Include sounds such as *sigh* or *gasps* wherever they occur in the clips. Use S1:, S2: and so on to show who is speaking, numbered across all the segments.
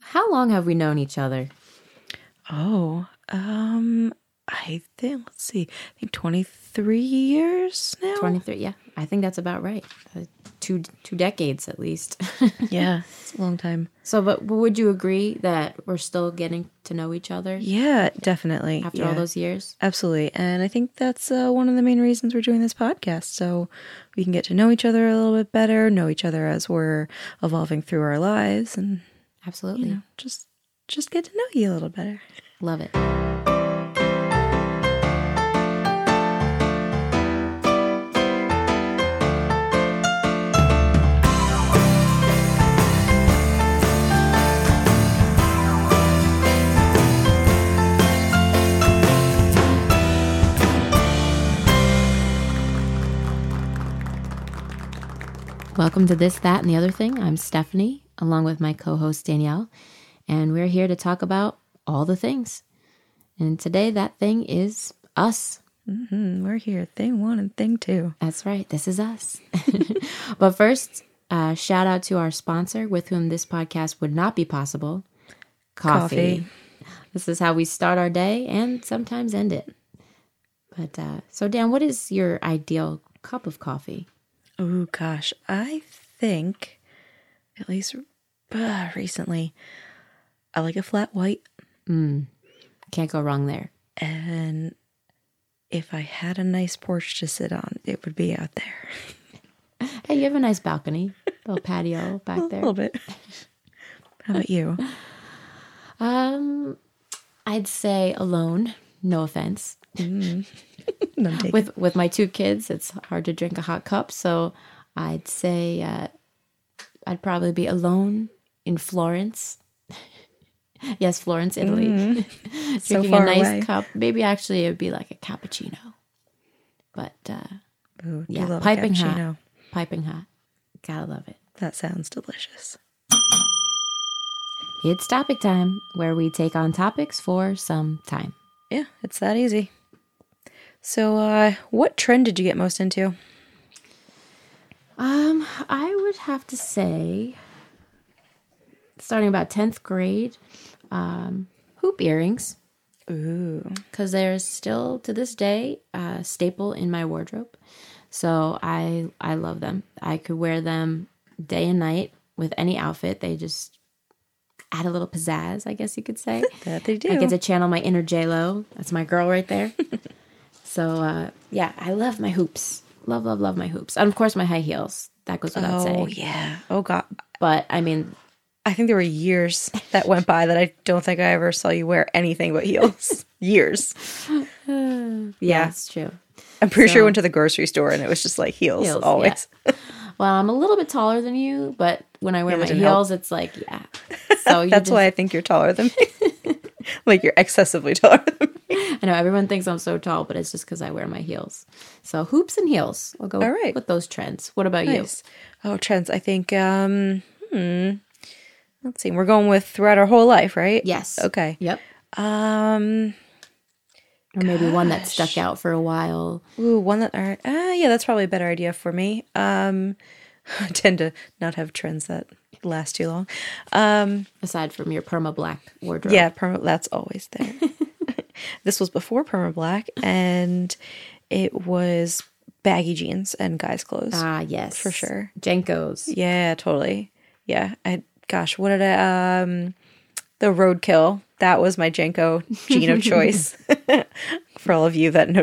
S1: How long have we known each other?
S2: Oh, um, I think let's see, I think twenty three years now.
S1: 23. Yeah, I think that's about right. Uh, two two decades at least. *laughs*
S2: Yeah, it's a long time.
S1: so, but would you agree that we're still getting to know each other
S2: Yeah, definitely.
S1: after
S2: yeah.
S1: all those years?
S2: Absolutely. And I think that's uh, one of the main reasons we're doing this podcast. So we can get to know each other a little bit better, know each other as we're evolving through our lives, and
S1: Absolutely.
S2: you know, just just get to know you a little better.
S1: Love it. Welcome to This, That, and the Other Thing. I'm Stephanie, along with my co host Danielle, and we're here to talk about all the things. And today, that thing is us.
S2: Mm, we're here, thing one and thing two.
S1: That's right, this is us. *laughs* but first, uh, shout out to our sponsor with whom this podcast would not be possible coffee.
S2: Coffee.
S1: This is how we start our day and sometimes end it. But uh, so, Dan, what is your ideal cup of coffee?
S2: Oh gosh, I think at least uh, recently, I like a flat white,
S1: Hmm. Can't go wrong there.
S2: and if I had a nice porch to sit on, it would be out there *laughs*
S1: Hey, you have a nice balcony, little patio back
S2: a
S1: there.
S2: *laughs* little bit. How
S1: *laughs*
S2: about you?
S1: Um, I'd say alone. No offense.
S2: None taken.
S1: With with my two kids, it's hard to drink a hot cup. So I'd say uh, I'd probably be alone in Florence. *laughs* yes, Florence, Italy.
S2: Mm-hmm.
S1: *laughs*
S2: So
S1: Drinking
S2: far
S1: a nice
S2: away.
S1: cup. Maybe actually it would be like a cappuccino. But uh,
S2: Ooh, do you
S1: yeah,
S2: love a
S1: piping hot,
S2: cappuccino?
S1: piping hot. Gotta love it.
S2: That sounds delicious.
S1: It's topic time, where we take on topics for some time.
S2: Yeah, it's that easy. So, uh, what trend did you get most into?
S1: Um, I would have to say, starting about tenth grade, um, hoop earrings,
S2: Ooh,
S1: because they're still to this day a staple in my wardrobe. So I I love them. I could wear them day and night with any outfit. They just add a little pizzazz, I guess you could say.
S2: that they do.
S1: I get to channel my inner J Lo. That's my girl right
S2: *laughs*
S1: there. so uh, yeah, I love my hoops. Love, love, love my hoops. And of course my high heels. That goes without
S2: oh
S1: saying.
S2: yeah. Oh god,
S1: But I mean,
S2: I think there were years that went by that I don't think I ever saw you wear anything
S1: *laughs*
S2: but heels. years.
S1: yeah, it's true.
S2: I'm pretty sure I went to the grocery store and it was just like heels,
S1: Heels,
S2: always.
S1: Well, I'm a little bit taller than you, but when I wear my
S2: that didn't
S1: heels, it's like
S2: *laughs*
S1: yeah. So you
S2: That's
S1: just,
S2: why I think you're taller than me. *laughs* like you're excessively taller than me.
S1: I know everyone thinks I'm so tall, but it's just because I wear my heels. So hoops and heels. We'll go
S2: All right.
S1: with those trends. What about you?
S2: Nice. Oh, trends. I think. um hmm. Let's see. We're going with throughout our whole life, right?
S1: Yes.
S2: Okay.
S1: Yep.
S2: Um.
S1: Or maybe one that stuck out for a while.
S2: Ooh, one that. All right. Ah, yeah, that's probably a better idea for me. Um, *laughs* I tend to not have trends that last too long. Um.
S1: Aside from your perma black wardrobe.
S2: Yeah. Perma. That's always
S1: *laughs*
S2: there. this was before perma black, and it was baggy jeans and guys' clothes.
S1: Ah, yes. For
S2: sure.
S1: Jenko's.
S2: Yeah, totally. Yeah. I gosh, what did I um the roadkill. That was my Jenko
S1: *laughs*
S2: gene of choice. *laughs* For all of you that know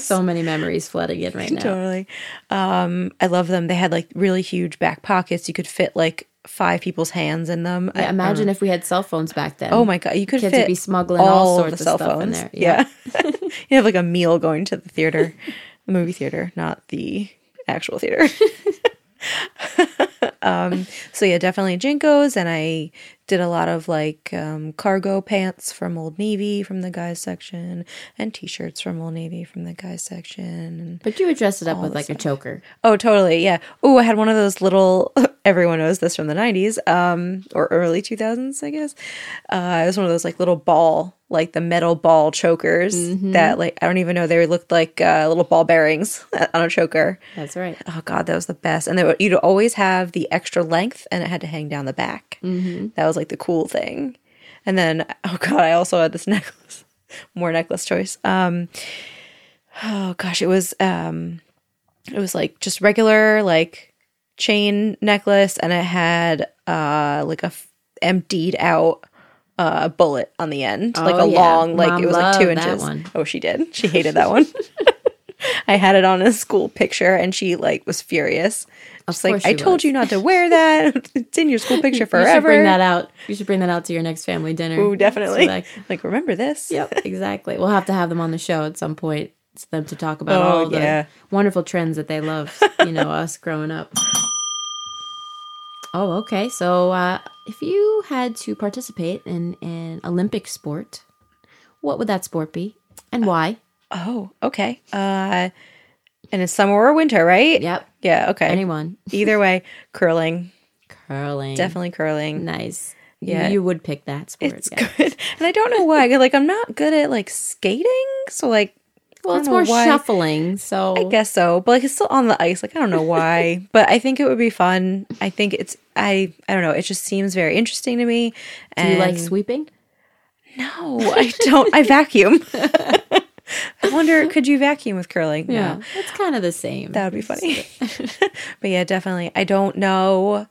S1: *laughs* So many memories flooding in right now.
S2: Totally. Um I love them. They had like really huge back pockets. You could fit like five people's hands in them. I-
S1: Yeah, imagine if we had cell phones back then.
S2: Oh my god, you could
S1: Kids would
S2: fit
S1: be smuggling all
S2: of
S1: sorts
S2: the
S1: of stuff in there.
S2: Yeah, *laughs* you have like a meal going to the theater, the movie theater, not the actual theater. *laughs* um, so yeah, definitely Jinkos, and I did a lot of like um, cargo pants from Old Navy from the guys section, and T-shirts from Old Navy from the guys section, and
S1: But you would dress it up with like a choker.
S2: Oh, totally. Yeah. Oh, I had one of those little. *laughs* Everyone knows this from the '90s um, or early 2000s, I guess. Uh, it was one of those like little ball like the metal ball chokers that like I don't even know they looked like uh, little ball bearings *laughs* on a choker.
S1: That's right.
S2: Oh god, that was the best. And there, were- you'd always have the extra length, and it had to hang down the back. Mm-hmm. That was like the cool thing. And then, oh god, I also had this *laughs* necklace. More necklace choice. Um, oh gosh, it was um, it was like just regular like chain necklace, and it had uh like a f- emptied out uh bullet on the end, like
S1: Oh,
S2: a
S1: yeah.
S2: long like
S1: Mom
S2: it was like two
S1: loved that
S2: inches.
S1: one.
S2: Oh, she did. She hated that one. I had it on a school picture and she like was furious. Just like
S1: course
S2: I
S1: she
S2: told
S1: was.
S2: you not to wear that. *laughs* it's in your school picture
S1: You should
S2: forever.
S1: bring that out. You should bring that out to your next family dinner.
S2: Ooh, definitely.
S1: So, like,
S2: like remember this? *laughs*
S1: yep, exactly. We'll have to have them on the show at some point. It's them to talk about
S2: Oh,
S1: all the
S2: yeah.
S1: wonderful trends that they
S2: *laughs*
S1: loved, you know, us growing up. Oh, okay. So, uh, if you had to participate in an Olympic sport, what would that sport be, and
S2: Uh,
S1: why?
S2: Oh, okay. Uh and it's summer or winter, right?
S1: Yep.
S2: Yeah, okay.
S1: Anyone?
S2: Either way,
S1: *laughs*
S2: curling.
S1: Curling.
S2: Definitely curling.
S1: Nice.
S2: Yeah.
S1: You, you would pick that sport.
S2: It's
S1: yeah.
S2: good. And I don't know why. 'cause, Like I'm not good at like skating, so like
S1: Well,
S2: I
S1: it's
S2: don't know
S1: more
S2: why.
S1: shuffling. So
S2: I guess so, but like it's still on the ice. Like I don't
S1: *laughs*
S2: know why, but I think it would be fun. I think it's I I don't know. It just seems very interesting to me.
S1: do
S2: And
S1: you like sweeping?
S2: No, I don't. I vacuum. I wonder, could you vacuum with curling? No.
S1: it's kind of the same.
S2: that would be funny. *laughs* but yeah, definitely. I don't know.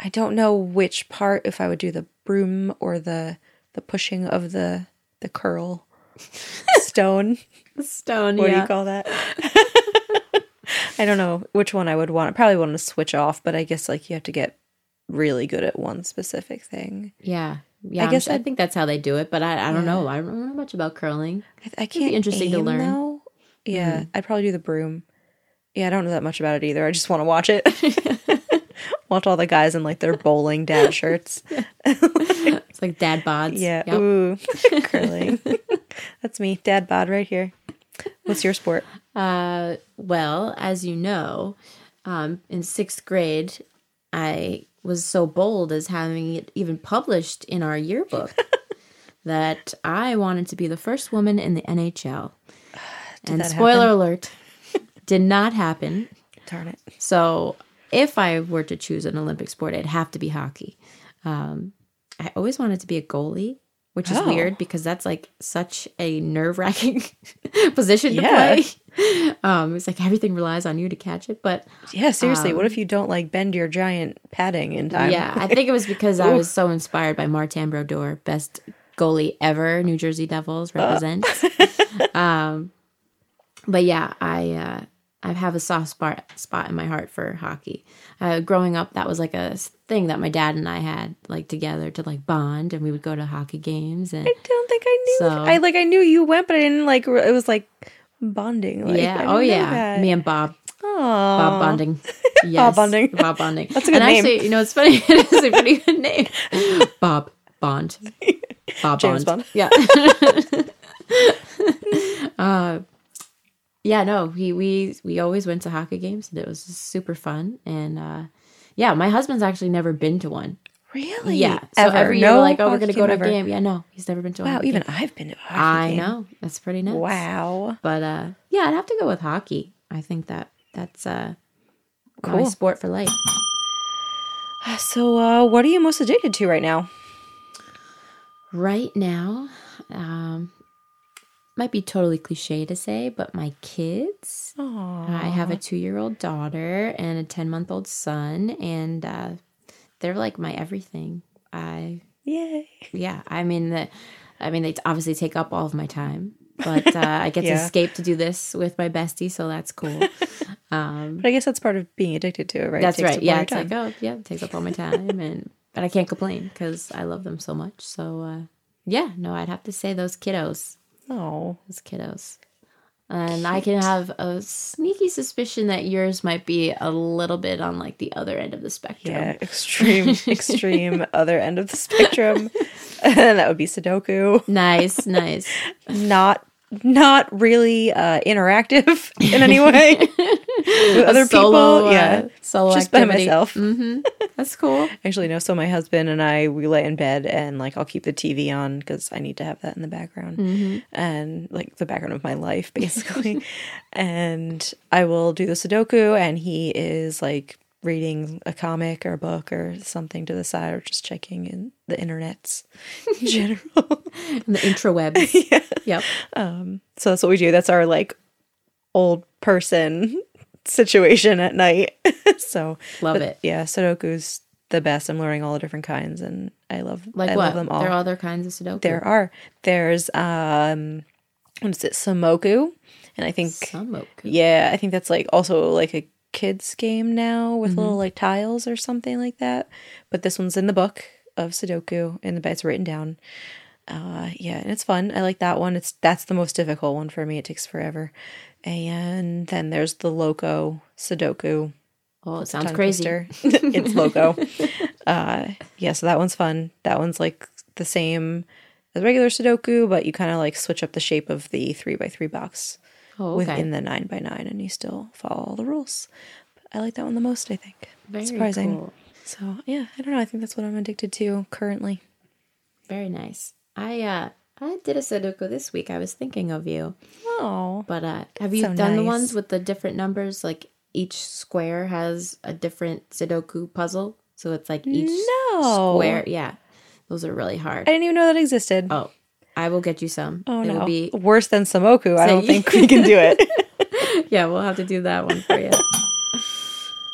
S2: I don't know which part if I would do the broom or the the pushing of the the curl stone.
S1: Stone.
S2: What do
S1: yeah.
S2: you call that? *laughs* I don't know which one I would want. I probably want to switch off, but I guess like you have to get really good at one specific thing.
S1: Yeah. Yeah,
S2: I
S1: I
S2: guess
S1: guess I
S2: I'd-
S1: think that's how they do it, but I, I don't know. I don't know much about
S2: *laughs*
S1: curling.
S2: I, I can't.
S1: interesting to
S2: aim,
S1: learn. Mm-hmm.
S2: though. Yeah, I'd probably do the broom. Yeah, I don't know that much about it either. I just want to
S1: *laughs*
S2: watch it. *laughs* watch all the guys in like their
S1: *laughs*
S2: bowling dad shirts.
S1: It's like dad bods.
S2: Yeah.
S1: Yep. *laughs*
S2: Ooh, curling. *laughs* That's me, dad bod right here. What's your sport?
S1: Uh, well, as you know, um, in sixth grade, I was so bold as having it even published in our
S2: *laughs*
S1: yearbook that I wanted to be the first woman in the NHL.
S2: *sighs*
S1: and
S2: that
S1: spoiler
S2: *laughs*
S1: alert, did not happen.
S2: Darn it.
S1: So if I were to choose an Olympic sport, it'd have to be hockey. Um, I always wanted to be a goalie, which is
S2: Oh.
S1: weird because that's like such a nerve wracking *laughs* position
S2: Yeah.
S1: to play. *laughs* Um, it's like everything relies on you to catch it. But
S2: Yeah, seriously. what if you don't like bend your giant padding in time?
S1: Um, yeah, I think it was because I
S2: *laughs*
S1: was so inspired by Martin Brodeur, best goalie ever, New Jersey
S2: Uh.
S1: Devils
S2: *laughs*
S1: represent. um, but yeah, I uh, I have a soft spot spot in my heart for hockey. Uh, growing up, that was like a s- thing that my dad and I had like together to like bond, and we would go to hockey games and.
S2: I *laughs* don't think I knew.
S1: So-
S2: I like I knew you went, but I didn't like. re- It was like bonding. Like, I
S1: Yeah.
S2: didn't
S1: Oh,
S2: know
S1: yeah.
S2: that.
S1: Me and Bob *laughs*
S2: Aw.
S1: Bob Bonding. Yes.
S2: Bonding.
S1: Bob Bonding. That's
S2: a good
S1: and
S2: name.
S1: actually, you know, it's funny. *laughs* it is a pretty good
S2: *laughs*
S1: name. Bob Bond. Bob
S2: James Bond.
S1: Bond. Yeah. *laughs* Uh, yeah, no, we, we we always went to hockey games and it was just super fun. And uh, yeah, my husband's actually never been to one.
S2: Really?
S1: Yeah. So
S2: Ever.
S1: every year
S2: No
S1: we're like, oh, we're
S2: hockey
S1: gonna go to
S2: ever.
S1: a game. Yeah, no, he's never been to a
S2: Wow,
S1: hockey
S2: even
S1: game.
S2: I've been to a hockey
S1: I
S2: game.
S1: know. That's pretty nuts.
S2: Wow.
S1: But uh, yeah, I'd have to go with hockey. I think that that's uh, my
S2: Cool.
S1: sport for life.
S2: So, uh, what are you most addicted to right now?
S1: Right now, um, might be totally cliche to say, but my kids.
S2: Aww.
S1: I have a two-year-old daughter and a ten-month-old son, and uh, they're like my everything. I
S2: Yay.
S1: yeah, I mean the, I mean they obviously take up all of my time, but uh, I get to
S2: *laughs* Yeah.
S1: escape to do this with my bestie, so that's cool. Um,
S2: But I guess that's part of being addicted to it, right? It
S1: That's
S2: takes
S1: right.
S2: up
S1: Yeah,
S2: all
S1: it's
S2: your
S1: like oh yeah, it takes up all my time, and but I can't complain because I love them so much. So uh, yeah, no, I'd have to say those kiddos,
S2: time. Oh.
S1: those kiddos, and I can have a sneaky suspicion that yours might be a little bit on like the other end of the spectrum.
S2: Yeah, extreme, extreme other end of the spectrum. *laughs* and that would be Sudoku. *laughs*
S1: Nice, nice.
S2: *laughs* Not not really uh interactive in any way. with other
S1: solo,
S2: people. Yeah.
S1: uh, solo
S2: Just by
S1: activity.
S2: myself.
S1: That's cool.
S2: Actually, no. So my husband and I, we lay in bed and like I'll keep the TV on because I need to have that in the background and like the background of my life *laughs* basically. and I will do the Sudoku, and he is like reading a comic or a book or something to the side or just checking in the internets in general. *laughs*
S1: And the intrawebs.
S2: Yeah.
S1: Yep.
S2: so that's what we do. That's our like old person *laughs* situation at night. *laughs* so
S1: Love
S2: but
S1: it.
S2: Yeah, Sudoku's the best. I'm learning all the different kinds, and I love
S1: Like
S2: I
S1: what?
S2: love them all.
S1: There are other kinds of Sudoku.
S2: there are. There's um, what is it? Sumoku, and I think
S1: Sumoku.
S2: yeah, I think that's like also like a kids game now
S1: Mm-hmm.
S2: with little like tiles or something like that. But this one's in the book of Sudoku, and the it's written down. Uh, yeah, and it's fun. I like that one. It's that's the most difficult one for me. It takes forever. And then there's the Loco Sudoku.
S1: Oh, it sounds
S2: tongue
S1: crazy. *laughs*
S2: twister. it's Loco. uh, yeah, so that one's fun. That one's like the same as regular Sudoku, but you kind of like switch up the shape of the three by three box
S1: Oh, okay.
S2: within the nine by nine, and you still follow all the rules. But I like that one the most. I think
S1: Very
S2: surprising.
S1: cool.
S2: So yeah, I don't know. I think that's what I'm addicted to currently.
S1: Very nice. I uh I did a Sudoku this week. I was thinking of you.
S2: Oh,
S1: But uh have you
S2: So
S1: done the
S2: nice.
S1: ones with the different numbers? Like each square has a different Sudoku puzzle. So it's like each
S2: No.
S1: square. Yeah. Those are really hard.
S2: I didn't even know that existed.
S1: oh. I will get you some.
S2: Oh,
S1: It'll
S2: no,
S1: be
S2: *laughs* worse than Samoku.
S1: *laughs*
S2: I don't
S1: you-
S2: think we can do it.
S1: yeah, we'll have to do that one for you. *laughs*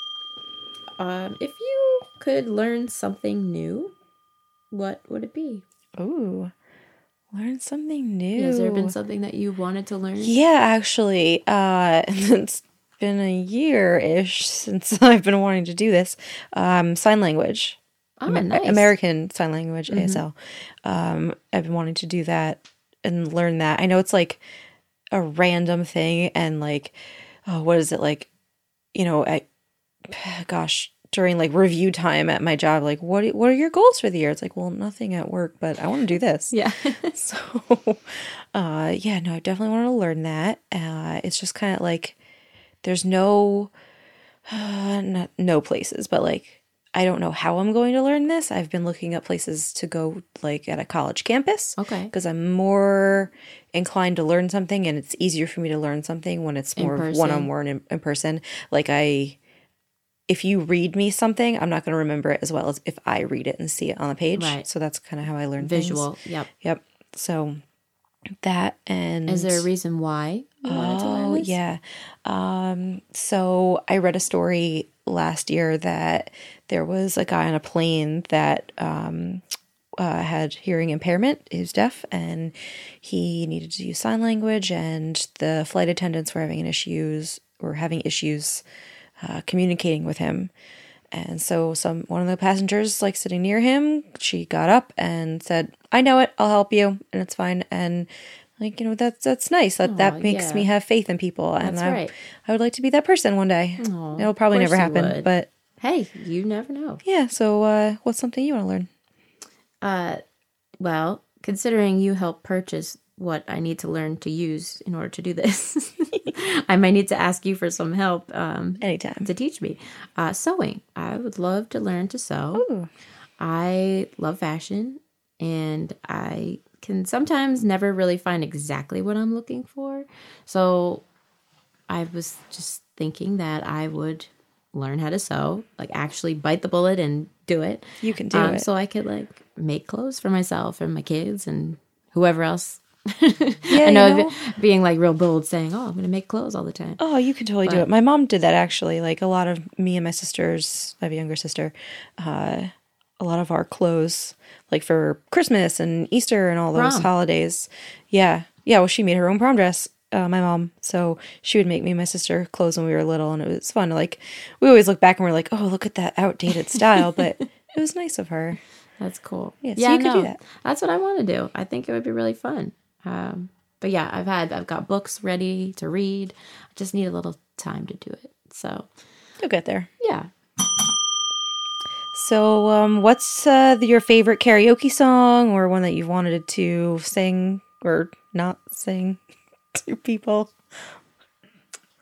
S1: um, if you could learn something new, what would it be?
S2: Ooh, learn something new.
S1: Has there been something that you wanted to learn?
S2: Yeah, actually, uh, *laughs* it's been a year ish since *laughs* I've been wanting to do this. Um, sign language,
S1: Oh,
S2: Amer-
S1: nice. Mm-hmm.
S2: American Sign Language, ASL. Um, I've been wanting to do that and learn that. I know it's like a random thing, and like, oh, what is it like? You know, I, *sighs* gosh. During like review time at my job, like what what are your goals for the year? It's like well, nothing at work, but I want to do this.
S1: Yeah. *laughs*
S2: *laughs* So, uh, yeah, no, I definitely want to learn that. Uh, it's just kind of like there's no, *sighs* uh, not no places, but like I don't know how I'm going to learn this. I've been looking up places to go, like at a college campus,
S1: okay.
S2: because I'm more inclined to learn something, and it's easier for me to learn something when it's more
S1: person.
S2: one on one in in person. Like I. If you read me something, I'm not going to remember it as well as if I read it and see it on the page.
S1: Right.
S2: So that's kind of how I learn things.
S1: Visual. Yep.
S2: Yep. So that and
S1: Is there a reason why you wanted to learn
S2: oh
S1: this?
S2: yeah. Um, so I read a story last year that there was a guy on a plane that um, uh, had hearing impairment. He was deaf, and he needed to use sign language. And the flight attendants were having issues were having issues uh, communicating with him. And so some one of the passengers like sitting near him, she got up and said, "I know it. I'll help you, and it's fine." And like you know that's that's nice. That that makes
S1: yeah.
S2: me have faith in people, and
S1: That's
S2: I
S1: right.
S2: I would like to be that person one day.
S1: Aw,
S2: It'll probably
S1: of
S2: never
S1: course you
S2: happen,
S1: would.
S2: but
S1: Hey, you never know.
S2: yeah. So uh, what's something you want to learn?
S1: Uh, well, considering you helped purchase what I need to learn to use in order to do this, *laughs* I might need to ask you for some help. Um,
S2: Anytime.
S1: to teach me uh, sewing. I would love to learn to sew. I love fashion, and I can sometimes never really find exactly what I'm looking for. So I was just thinking that I would learn how to sew, like actually bite the bullet and do it.
S2: You can do
S1: um,
S2: it.
S1: So I could like make clothes for myself and my kids and whoever else. I
S2: you
S1: know,
S2: know.
S1: being like real bold, saying, "Oh, I'm going to make clothes all the time."
S2: Oh, you can totally do it. My mom did that actually. Like a lot of me and my sisters, I have a younger sister, uh, a lot of our clothes, like for Christmas and Easter and all those
S1: Prom.
S2: holidays. Yeah. Yeah. Well, she made her own prom dress, uh, my mom. So she would make me and my sister clothes when we were little. And it was fun. Like we always look back and we're like, oh, look at that outdated style. But it was nice of her.
S1: That's cool.
S2: Yeah, so you could do that.
S1: That's what I want to do. I think it would be really fun. Um, but yeah, I've had I've got books ready to read. I just need a little time to do it. So
S2: You'll get there.
S1: yeah,
S2: So, um, what's uh, the- your favorite karaoke song or one that you wanted to *laughs* sing or not sing to people?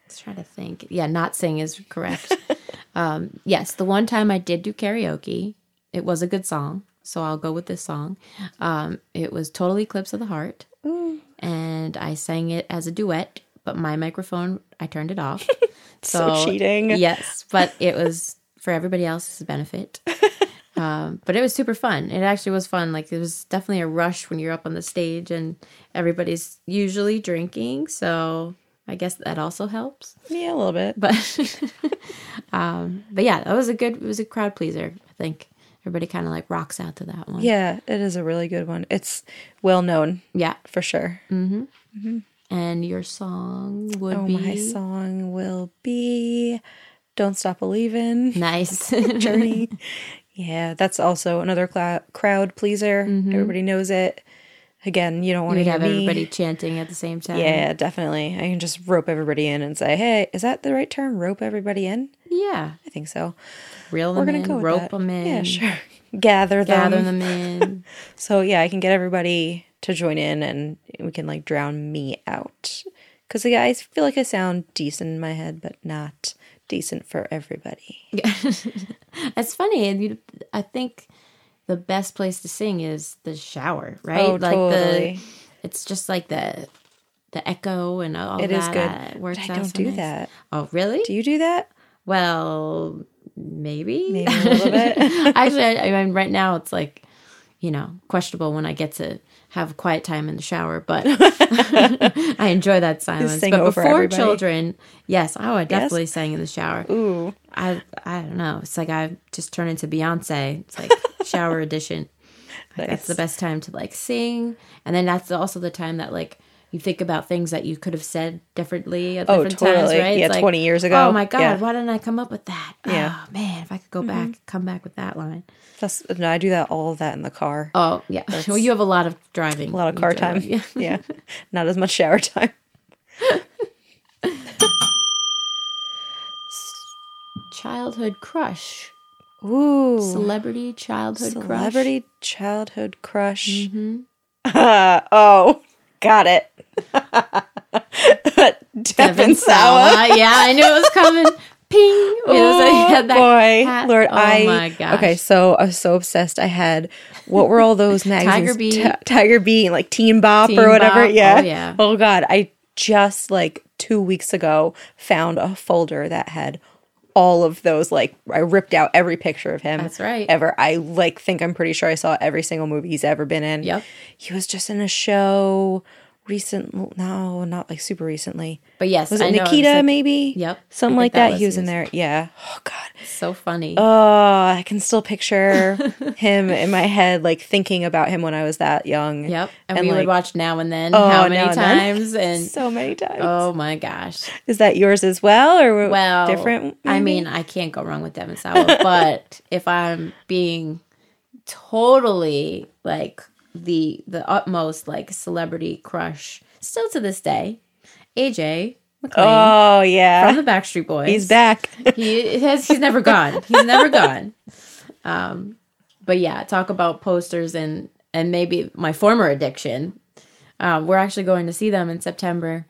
S1: was trying to think. Yeah, not sing is correct.
S2: *laughs*
S1: um, yes, the one time I did do karaoke, it was a good song. So I'll go with this song. Um, it was Total Eclipse of the Heart.
S2: Mm.
S1: And I sang it as a duet, but my microphone, I turned it off.
S2: *laughs* So
S1: Oh,
S2: cheating.
S1: Yes, but it was for everybody else's
S2: *laughs*
S1: benefit. Um, but it was super fun. It actually was fun. Like it was definitely a rush when you're up on the stage and everybody's usually drinking. So I guess that also helps. *laughs*
S2: Yeah, a little bit.
S1: But *laughs* um, but yeah, that was a good. It was a crowd pleaser. I think everybody kind of like rocks out to that one.
S2: Yeah, it is a really good one. It's well known
S1: Yeah.
S2: for sure.
S1: And your song would
S2: Oh,
S1: be
S2: my song will be "Don't Stop Believin'."
S1: nice. *laughs*
S2: *laughs* journey. yeah, that's also another clou- crowd pleaser. Everybody knows it. Again, you don't want
S1: We'd
S2: to hear
S1: Mm-hmm. have
S2: me.
S1: everybody chanting at the same time.
S2: Yeah, definitely. I can just rope everybody in and say, "Hey, is that the right term? Rope everybody in?"
S1: Yeah.
S2: I think so.
S1: Reel them
S2: We're gonna
S1: in,
S2: go with
S1: rope
S2: that.
S1: them in,
S2: Yeah, sure. *laughs* Gather them.
S1: gather them
S2: *laughs*
S1: in.
S2: So yeah, I can get everybody to join in, and we can like drown me out. Because yeah, I feel like I sound decent in my head, but not decent for everybody.
S1: It's funny, and you, I think the best place to sing is the shower, right?
S2: Oh,
S1: the
S2: totally.
S1: it's just like the the echo and all
S2: It
S1: that.
S2: is good.
S1: uh, works
S2: But I
S1: out
S2: don't
S1: so
S2: do
S1: nice.
S2: that.
S1: Oh, really?
S2: Do you do that?
S1: well, maybe.
S2: Maybe a little bit.
S1: *laughs* Actually, I, I mean, right now it's like you know questionable when I get to have quiet time in the shower, but *laughs* I enjoy that silence.
S2: sing
S1: but
S2: over
S1: before
S2: everybody.
S1: children, yes, oh, I definitely sang in the shower. Ooh, I I don't know. It's like I just turn into Beyonce. It's
S2: *laughs*
S1: like shower edition. Like, That's the best time to like sing, and then that's also the time that like. You think about things that you could have said differently at
S2: Oh,
S1: different times,
S2: totally.
S1: right? It's
S2: Yeah,
S1: like,
S2: 20 years ago.
S1: Oh my god,
S2: Yeah.
S1: why didn't I come up with that?
S2: Yeah. Mm-hmm.
S1: Oh man, if I could go back, come back with that line.
S2: That's no, I do that all of that in the car.
S1: Oh yeah. *laughs* well, you have a lot of driving.
S2: a lot of car time.
S1: Yeah.
S2: yeah. Not as much shower time.
S1: *laughs* Childhood crush.
S2: Ooh.
S1: Celebrity childhood crush.
S2: Celebrity childhood crush. Ah, Mm-hmm. *laughs* oh, got it. *laughs* Devin Sawa.
S1: *laughs* Yeah, I knew it was
S2: *laughs*
S1: coming. Ping. It was like,
S2: Oh,
S1: I *laughs* had that
S2: boy,
S1: hat.
S2: Lord,
S1: oh
S2: I.
S1: my gosh.
S2: Okay, so I was so obsessed. I had what were
S1: *laughs*
S2: all those magazines?
S1: Bee.
S2: Ti- Tiger Bee, and like Teen Bop
S1: Teen
S2: or whatever.
S1: Bop, oh,
S2: Yeah.
S1: yeah.
S2: Oh God, I just like two weeks ago found a folder that had all of those. Like I ripped out every picture of him.
S1: That's right.
S2: Ever. I like think I'm pretty sure I saw every single movie he's ever been in.
S1: Yep.
S2: He was just in a show recent. No, not like super recently.
S1: But yes,
S2: Was
S1: I
S2: it
S1: know,
S2: Nikita?
S1: like,
S2: maybe.
S1: Yep.
S2: Something
S1: I
S2: like
S1: think that
S2: that. He
S1: was
S2: was in
S1: his.
S2: there. Yeah. Oh God.
S1: so funny.
S2: Oh, I can still picture
S1: *laughs*
S2: him in my head, like thinking about him when I was that young.
S1: yep. And,
S2: and,
S1: we
S2: like- oh,
S1: would watch now and then how
S2: now
S1: many
S2: and then.
S1: times
S2: *laughs*
S1: and
S2: So many times.
S1: oh my gosh.
S2: Is that yours as well, or w-
S1: well
S2: different? Mm.
S1: i
S2: maybe?
S1: mean i can't go wrong with devin
S2: *laughs*
S1: sawa but if i'm being totally like the the utmost like celebrity crush still to this day aj McClain
S2: oh yeah,
S1: from the backstreet boys
S2: *laughs*
S1: *laughs*
S2: he's back.
S1: he has he's never gone he's never gone um but yeah talk about posters and and maybe my former addiction um we're actually going to see them in september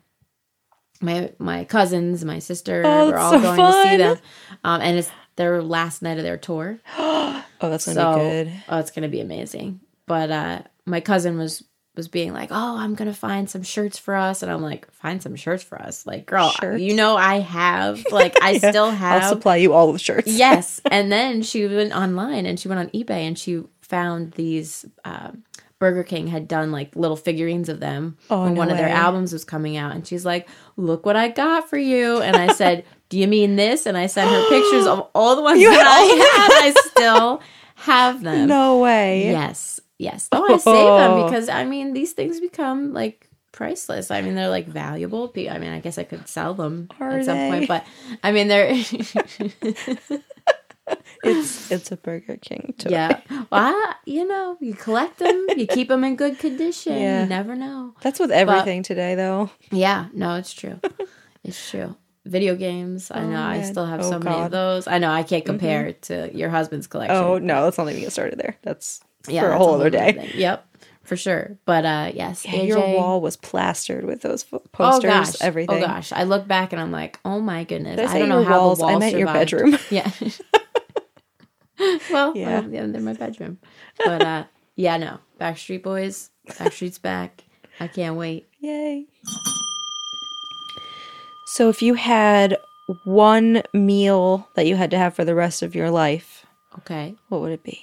S1: my my cousins my sister
S2: Oh,
S1: we're
S2: that's
S1: all
S2: so
S1: going to see
S2: fun.
S1: them um and it's their last night of their tour
S2: oh, that's gonna
S1: so
S2: be good.
S1: oh it's gonna be amazing but uh my cousin was was being like oh i'm gonna find some shirts for us and i'm like find some shirts for us like girl
S2: Shirts?
S1: you know i
S2: *laughs*
S1: have like i still have
S2: I'll supply you all the shirts. *laughs*
S1: yes and then she went online and she went on ebay and she found these um, burger king had done like little figurines of them
S2: Oh,
S1: when
S2: no
S1: one of their
S2: way.
S1: albums was coming out and she's like look what i got for you and i said do you mean this and i sent
S2: *gasps*
S1: her pictures of all the ones
S2: You
S1: that
S2: had all of
S1: i had i still
S2: *laughs*
S1: have them
S2: No way.
S1: yes yes oh i save them
S2: Oh.
S1: because i mean these things become like priceless i mean they're like valuable Pe- i mean i guess i could sell them
S2: Are
S1: at some
S2: they?
S1: point but i mean they're
S2: *laughs*
S1: *laughs*
S2: It's it's a Burger King.
S1: *laughs*
S2: Toy.
S1: Yeah. Well, I- you know, you collect them, you keep them in good condition.
S2: Yeah.
S1: You never know.
S2: that's with everything today, though.
S1: Yeah. No, it's true. it's true. Video games. I know. I
S2: man.
S1: still have
S2: Oh,
S1: so many of
S2: God. Mm-hmm.
S1: those. I know. I can't compare to your husband's collection.
S2: Oh no, let's not even get started there. That's
S1: yeah.
S2: for a
S1: that's
S2: whole
S1: nother
S2: other day.
S1: thing. Yep. for sure. But uh, yes,
S2: Yeah, your
S1: AJ
S2: wall was plastered with those fo- posters,
S1: oh, gosh.
S2: everything.
S1: Oh gosh, I look back and I'm like, oh my goodness,
S2: Did I
S1: I,
S2: say
S1: don't know
S2: your
S1: how
S2: walls?
S1: the
S2: I
S1: walls
S2: meant your
S1: survived.
S2: bedroom.
S1: *laughs* Yeah. well,
S2: Yeah.
S1: yeah, yeah, they're my bedroom, but uh, yeah, no, Backstreet Boys, Backstreet's back. I can't wait.
S2: Yay. So if you had one meal that you had to have for the rest of your life,
S1: Okay,
S2: what would it be?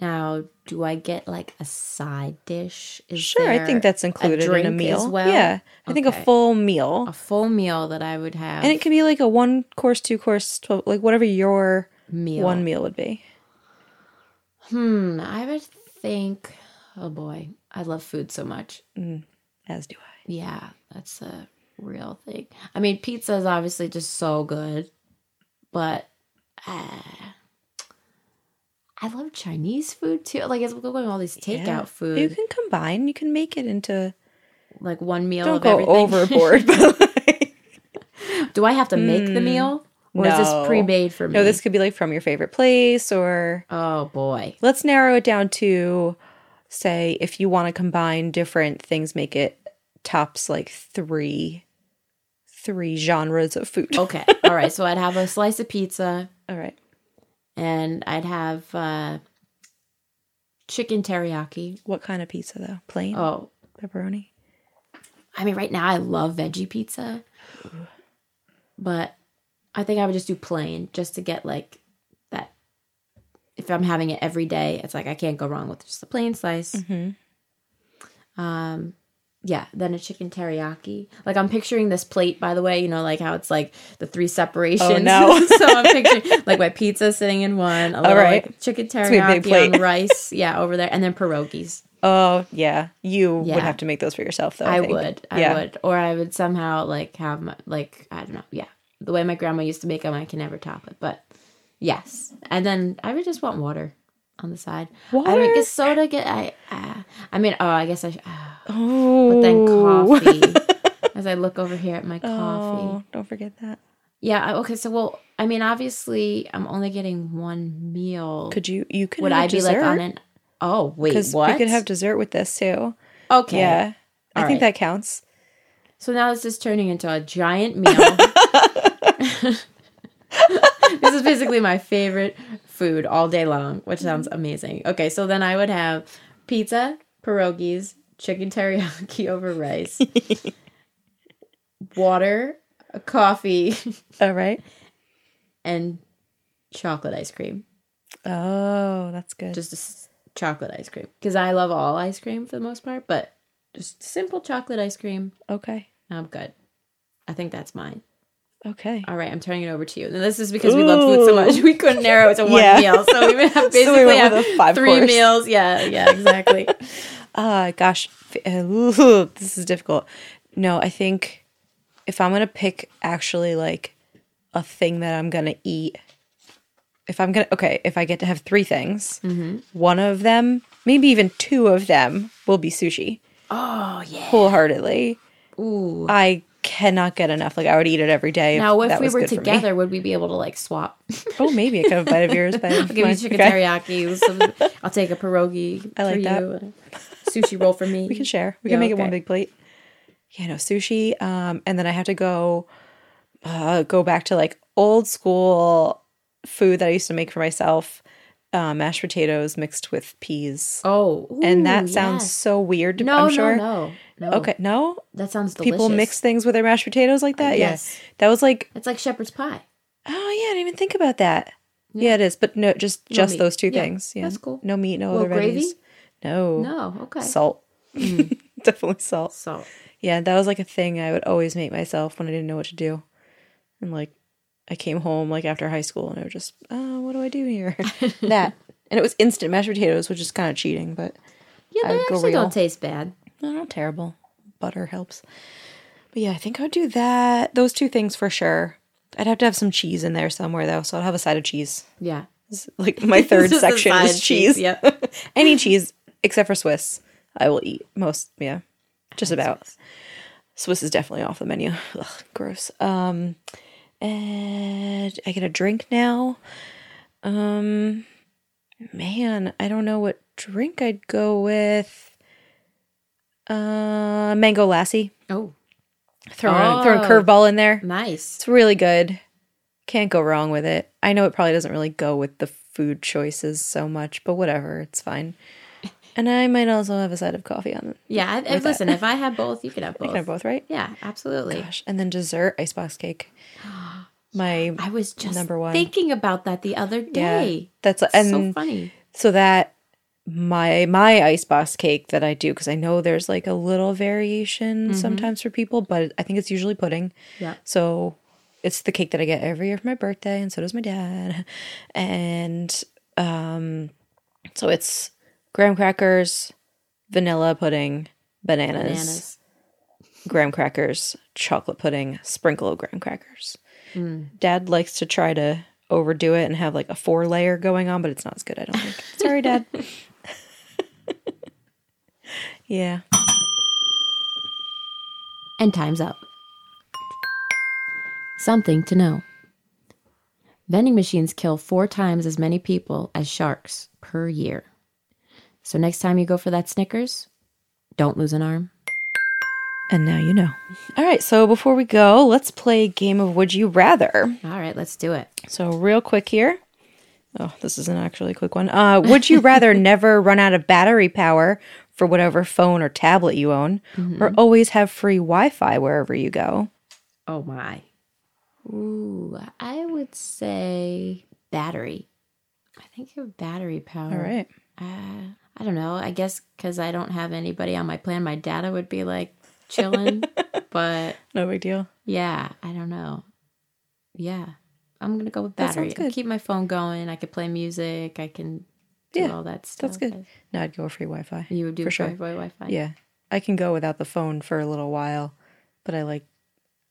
S1: now do I get like a side dish? Is
S2: Sure, I think
S1: there
S2: that's included in a
S1: drink
S2: meal.
S1: as well?
S2: Yeah, I think a
S1: Okay.
S2: full meal,
S1: a full meal that I would have.
S2: and it could be like a one course, two course, twelve, like whatever your
S1: meal
S2: one meal would be.
S1: Hmm, I would think. Oh boy, I love food so much.
S2: As do I.
S1: Yeah, that's a real thing. I mean, pizza is obviously just so good, but uh, I love Chinese food too. Like, it's going all these takeout
S2: Yeah.
S1: food,
S2: You can combine. You can make it into.
S1: like one meal
S2: Don't
S1: of
S2: go
S1: everything.
S2: overboard. But
S1: *laughs*
S2: *laughs* like,
S1: Do I have to make the meal, or is
S2: No.
S1: this pre-made for me?
S2: no, this could be like from your favorite place, or
S1: Oh boy.
S2: let's narrow it down to, say, if you want to combine different things, make it tops like three, three genres of food. *laughs*
S1: Okay. all right. So I'd have a slice of pizza,
S2: All right.
S1: and I'd have uh, chicken teriyaki.
S2: What kind of pizza though? Plain
S1: Oh,
S2: pepperoni.
S1: I mean, right now I love veggie pizza, but I think I would just do plain just to get like that. If I'm having it every day, it's like I can't go wrong with just a plain slice.
S2: Mm.
S1: Um, yeah, then a chicken teriyaki. Like I'm picturing this plate, by the way. You know, like how it's like the three separations.
S2: Oh,
S1: *laughs*
S2: no.
S1: so I'm picturing like my pizza sitting in one, a little
S2: right.
S1: like, chicken
S2: gonna be a big
S1: teriyaki
S2: plate.
S1: on rice, yeah, over there, and then pierogies.
S2: Oh yeah, you
S1: Yeah.
S2: would have to make those for yourself though.
S1: I,
S2: think.
S1: would. I
S2: yeah.
S1: would. Or I would somehow like have my like I don't know. Yeah. The way my grandma used to make them, I can never top it. But yes. And then I would just want water on the side. I
S2: Water?
S1: mean, cause soda get I uh, I mean, oh, I guess I should, ah,
S2: Oh.
S1: but then
S2: *laughs*
S1: coffee. as I look over here at my coffee.
S2: Oh, don't forget that.
S1: Yeah, I- okay. So well, I mean, obviously, I'm only getting one meal.
S2: Could you? You could.
S1: would
S2: have
S1: I be like on
S2: dessert,
S1: an Oh, wait,
S2: 'cause
S1: what?
S2: We could have dessert with this too.
S1: okay.
S2: Yeah, I
S1: All
S2: think
S1: right.
S2: that counts.
S1: So now this is turning into a giant meal. *laughs* this is basically my favorite food all day long, which sounds amazing. Okay, so then I would have pizza, pierogies, chicken teriyaki *laughs* over rice, water, a coffee, *laughs*
S2: All right.
S1: and chocolate ice cream.
S2: Oh, that's good.
S1: Just a s- chocolate ice cream because I love all ice cream for the most part, but just simple chocolate ice cream.
S2: okay.
S1: I'm good. I think that's mine.
S2: Okay.
S1: All right, I'm turning it over to you. And this is because we love food so much. *laughs* We couldn't narrow it to one
S2: Yeah.
S1: meal. So we would have
S2: *laughs* So we
S1: basically
S2: went
S1: have
S2: with a five
S1: three
S2: course.
S1: meals. Yeah, yeah,
S2: *laughs*
S1: exactly.
S2: Uh gosh, f- uh, *laughs* this is difficult. No, I think if I'm gonna pick actually like a thing that I'm gonna eat, if I'm gonna okay, if I get to have three things,
S1: Mm-hmm.
S2: one of them, maybe even two of them, will be sushi.
S1: oh, yeah.
S2: Wholeheartedly,
S1: Ooh.
S2: I cannot get enough. Like I would eat it every day.
S1: Now, if
S2: that
S1: we
S2: was
S1: were
S2: good for me.
S1: together, would we be able to like swap? *laughs*
S2: oh, maybe I could have a bite of yours. But
S1: I'll give you chicken teriyaki. some-
S2: *laughs*
S1: I'll take a pierogi
S2: I like
S1: for
S2: that.
S1: you. and a Sushi roll for me.
S2: *laughs* We can share.
S1: Mm-hmm.
S2: We
S1: Yeah,
S2: can make it one
S1: okay.
S2: big plate. Yeah, no sushi. Um, and then I have to go, uh, go back to like old school food that I used to make for myself, uh, mashed potatoes mixed with peas.
S1: Oh,
S2: and
S1: ooh,
S2: that sounds
S1: yes.
S2: so weird.
S1: No,
S2: I'm
S1: no,
S2: sure.
S1: no, no.
S2: Okay, no.
S1: That sounds delicious.
S2: People mix things with their mashed potatoes like that. Yes,
S1: yes.
S2: that was like,
S1: It's like shepherd's pie.
S2: oh yeah, I didn't even think about that. Yeah, it is. But no, just just
S1: meat.
S2: those two
S1: Yeah,
S2: things. Yeah,
S1: that's cool.
S2: No meat, no
S1: Little
S2: other
S1: gravy?
S2: veggies. No,
S1: No, Mm. okay.
S2: salt. *laughs* Definitely salt.
S1: Salt.
S2: Yeah, that was like a thing I would always make myself when I didn't know what to do. And like I came home like after high school and I would just, oh, what do I do here? that. And it was instant mashed potatoes, which is kind of cheating, but
S1: Yeah,
S2: I
S1: they
S2: would go
S1: actually
S2: real.
S1: don't taste bad.
S2: no, not terrible. Butter helps. But yeah, I think I would do that. Those two things for sure. I'd have to have some cheese in there somewhere though, so I'd have a side of cheese.
S1: Yeah. *laughs*
S2: It's, Like my third
S1: Just a
S2: section
S1: side
S2: is cheese.
S1: Yep.
S2: *laughs* Any cheese except for Swiss, I will eat most. Yeah, just about. Swiss is definitely off the menu. Ugh, gross. Um, and I get a drink now. Um, man, I don't know what drink I'd go with uh mango lassi.
S1: Oh,
S2: Throw a throw a
S1: Oh.
S2: curveball in there.
S1: nice.
S2: It's really good. Can't go wrong with it. I know it probably doesn't really go with the food choices so much, but whatever,
S1: *laughs*
S2: it's fine. And I might also have a side of coffee on it.
S1: Yeah. I, and listen, if I have both, you could
S2: *laughs*
S1: have
S2: We
S1: both.
S2: can have both, right?
S1: Yeah, absolutely.
S2: Gosh. And then dessert, icebox cake.
S1: *gasps*
S2: My
S1: I was just
S2: Number one.
S1: thinking about that the other
S2: yeah,
S1: day.
S2: that's
S1: It's
S2: and
S1: so funny.
S2: so that my my icebox cake that I do because I know there's like a little variation
S1: Mm-hmm.
S2: sometimes for people, but I think it's usually pudding.
S1: Yeah.
S2: So it's the cake that I get every year for my birthday, and so does my dad. *laughs* And um, so it's graham crackers, vanilla pudding, bananas,
S1: Bananas.
S2: graham crackers, chocolate pudding, sprinkle of graham crackers. Dad likes to try to overdo it and have like a four layer going on, but it's not as good, I don't think. Sorry, Dad. yeah.
S1: And time's up. Something to know. Vending machines kill four times as many people as sharks per year. So next time you go for that Snickers, don't lose an arm.
S2: And now you know. All right, so before we go, let's play a game of Would You Rather.
S1: All right, let's do it.
S2: So, real quick here. Oh, this is an actually quick one. Uh, would you rather *laughs* never run out of battery power for whatever phone or tablet you own, or always have free Wi Fi wherever you go?
S1: Oh my. Ooh, I would say battery. I think of battery power.
S2: All right.
S1: Uh, I don't know. I guess because I don't have anybody on my plan, my data would be like
S2: *laughs*
S1: chilling. but
S2: No big deal.
S1: yeah, I don't know. Yeah, I'm gonna go with
S2: That
S1: battery.
S2: sounds good.
S1: Keep my phone going. I could play music. I can do
S2: Yeah,
S1: all that stuff.
S2: That's good. No, I'd go with free Wi Fi.
S1: You would do
S2: For sure.
S1: Wi Fi.
S2: Yeah. I can go without the phone for a little while, but I like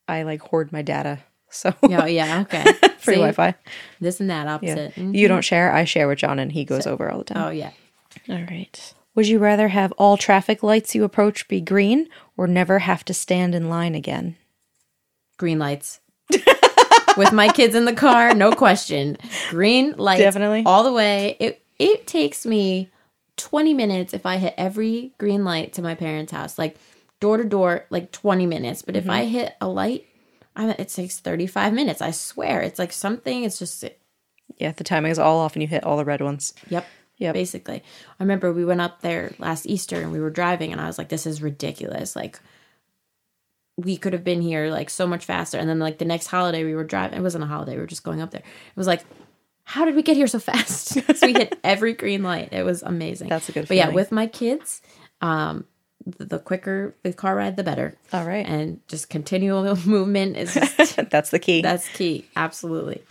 S2: I like hoard my data. *laughs* So
S1: Yeah. Oh, Yeah. Okay.
S2: *laughs* free
S1: See?
S2: Wi Fi.
S1: This and that
S2: Yeah.
S1: opposite. Mm.
S2: You don't share, I share with John and he goes over all the time.
S1: Oh yeah.
S2: All right. Would you rather have all traffic lights you approach be green or never have to stand in line again?
S1: Green lights. with my kids in the car, no question. Green lights.
S2: Definitely.
S1: All the way. It it takes me 20 minutes if I hit every green light to my parents' house. Like door to door, like 20 minutes. But if I hit a light, I'm, it takes 35 minutes. I swear. It's like something, it's just,
S2: Yeah, the timing is all off and you hit all the red ones.
S1: yep.
S2: Yep.
S1: Basically, I remember we went up there last Easter and we were driving, and I was like, this is ridiculous. Like, we could have been here like so much faster. And then, like, the next holiday we were driving, it wasn't a holiday, we were just going up there. It was like, how did we get here so fast? *laughs* so we hit every green light. It was amazing.
S2: That's a good
S1: But yeah,
S2: feeling.
S1: with my kids, um, the, the quicker the car ride, the better.
S2: All right.
S1: And just continual *laughs* movement is just,
S2: *laughs* That's the key.
S1: that's key. Absolutely.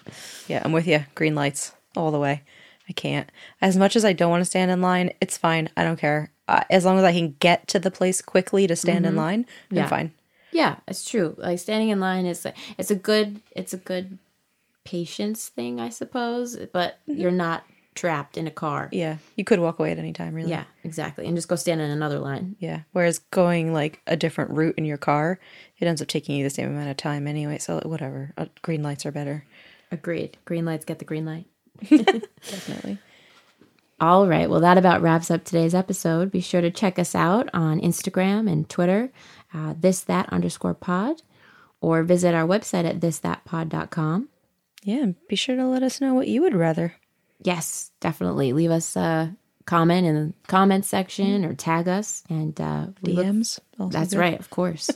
S2: Yeah, I'm with you. Green lights all the way. I can't. As much as I don't want to stand in line, it's fine. I don't care. Uh, as long as I can get to the place quickly to stand in line, I'm
S1: Yeah.
S2: fine.
S1: Yeah, it's true. Like standing in line is it's a good it's a good patience thing, I suppose, but you're not trapped in a car. Yeah,
S2: Yeah, you could walk away at any time, really.
S1: exactly. And just go stand in another line.
S2: Yeah. Whereas going like a different route in your car, it ends up taking you the same amount of time anyway. So whatever. Uh, green lights are better,
S1: Agreed. Green lights get the green light.
S2: definitely.
S1: All right. Well, that about wraps up today's episode. Be sure to check us out on Instagram and Twitter, uh, this that underscore pod, or visit our website at thisthatpod.com.
S2: yeah. and Be sure to let us know what you would rather.
S1: Yes, definitely. Leave us a comment in the comments section or tag us. And uh, we look
S2: DMs. also
S1: That's
S2: good.
S1: right, of course.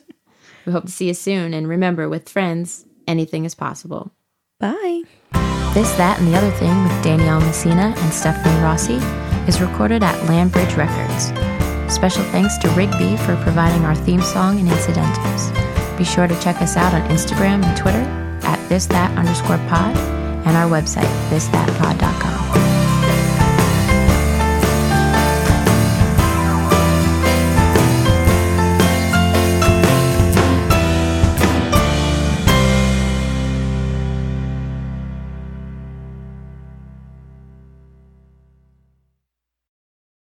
S1: we hope to see you soon. And remember, with friends, anything is possible.
S2: Bye.
S1: This, That, and the Other Thing with Danielle Messina and Stephanie Rossi is recorded at Landbridge Records. Special thanks to Rigby for providing our theme song and incidentals. Be sure to check us out on Instagram and Twitter at this that underscore pod and our website, thisthatpod.com.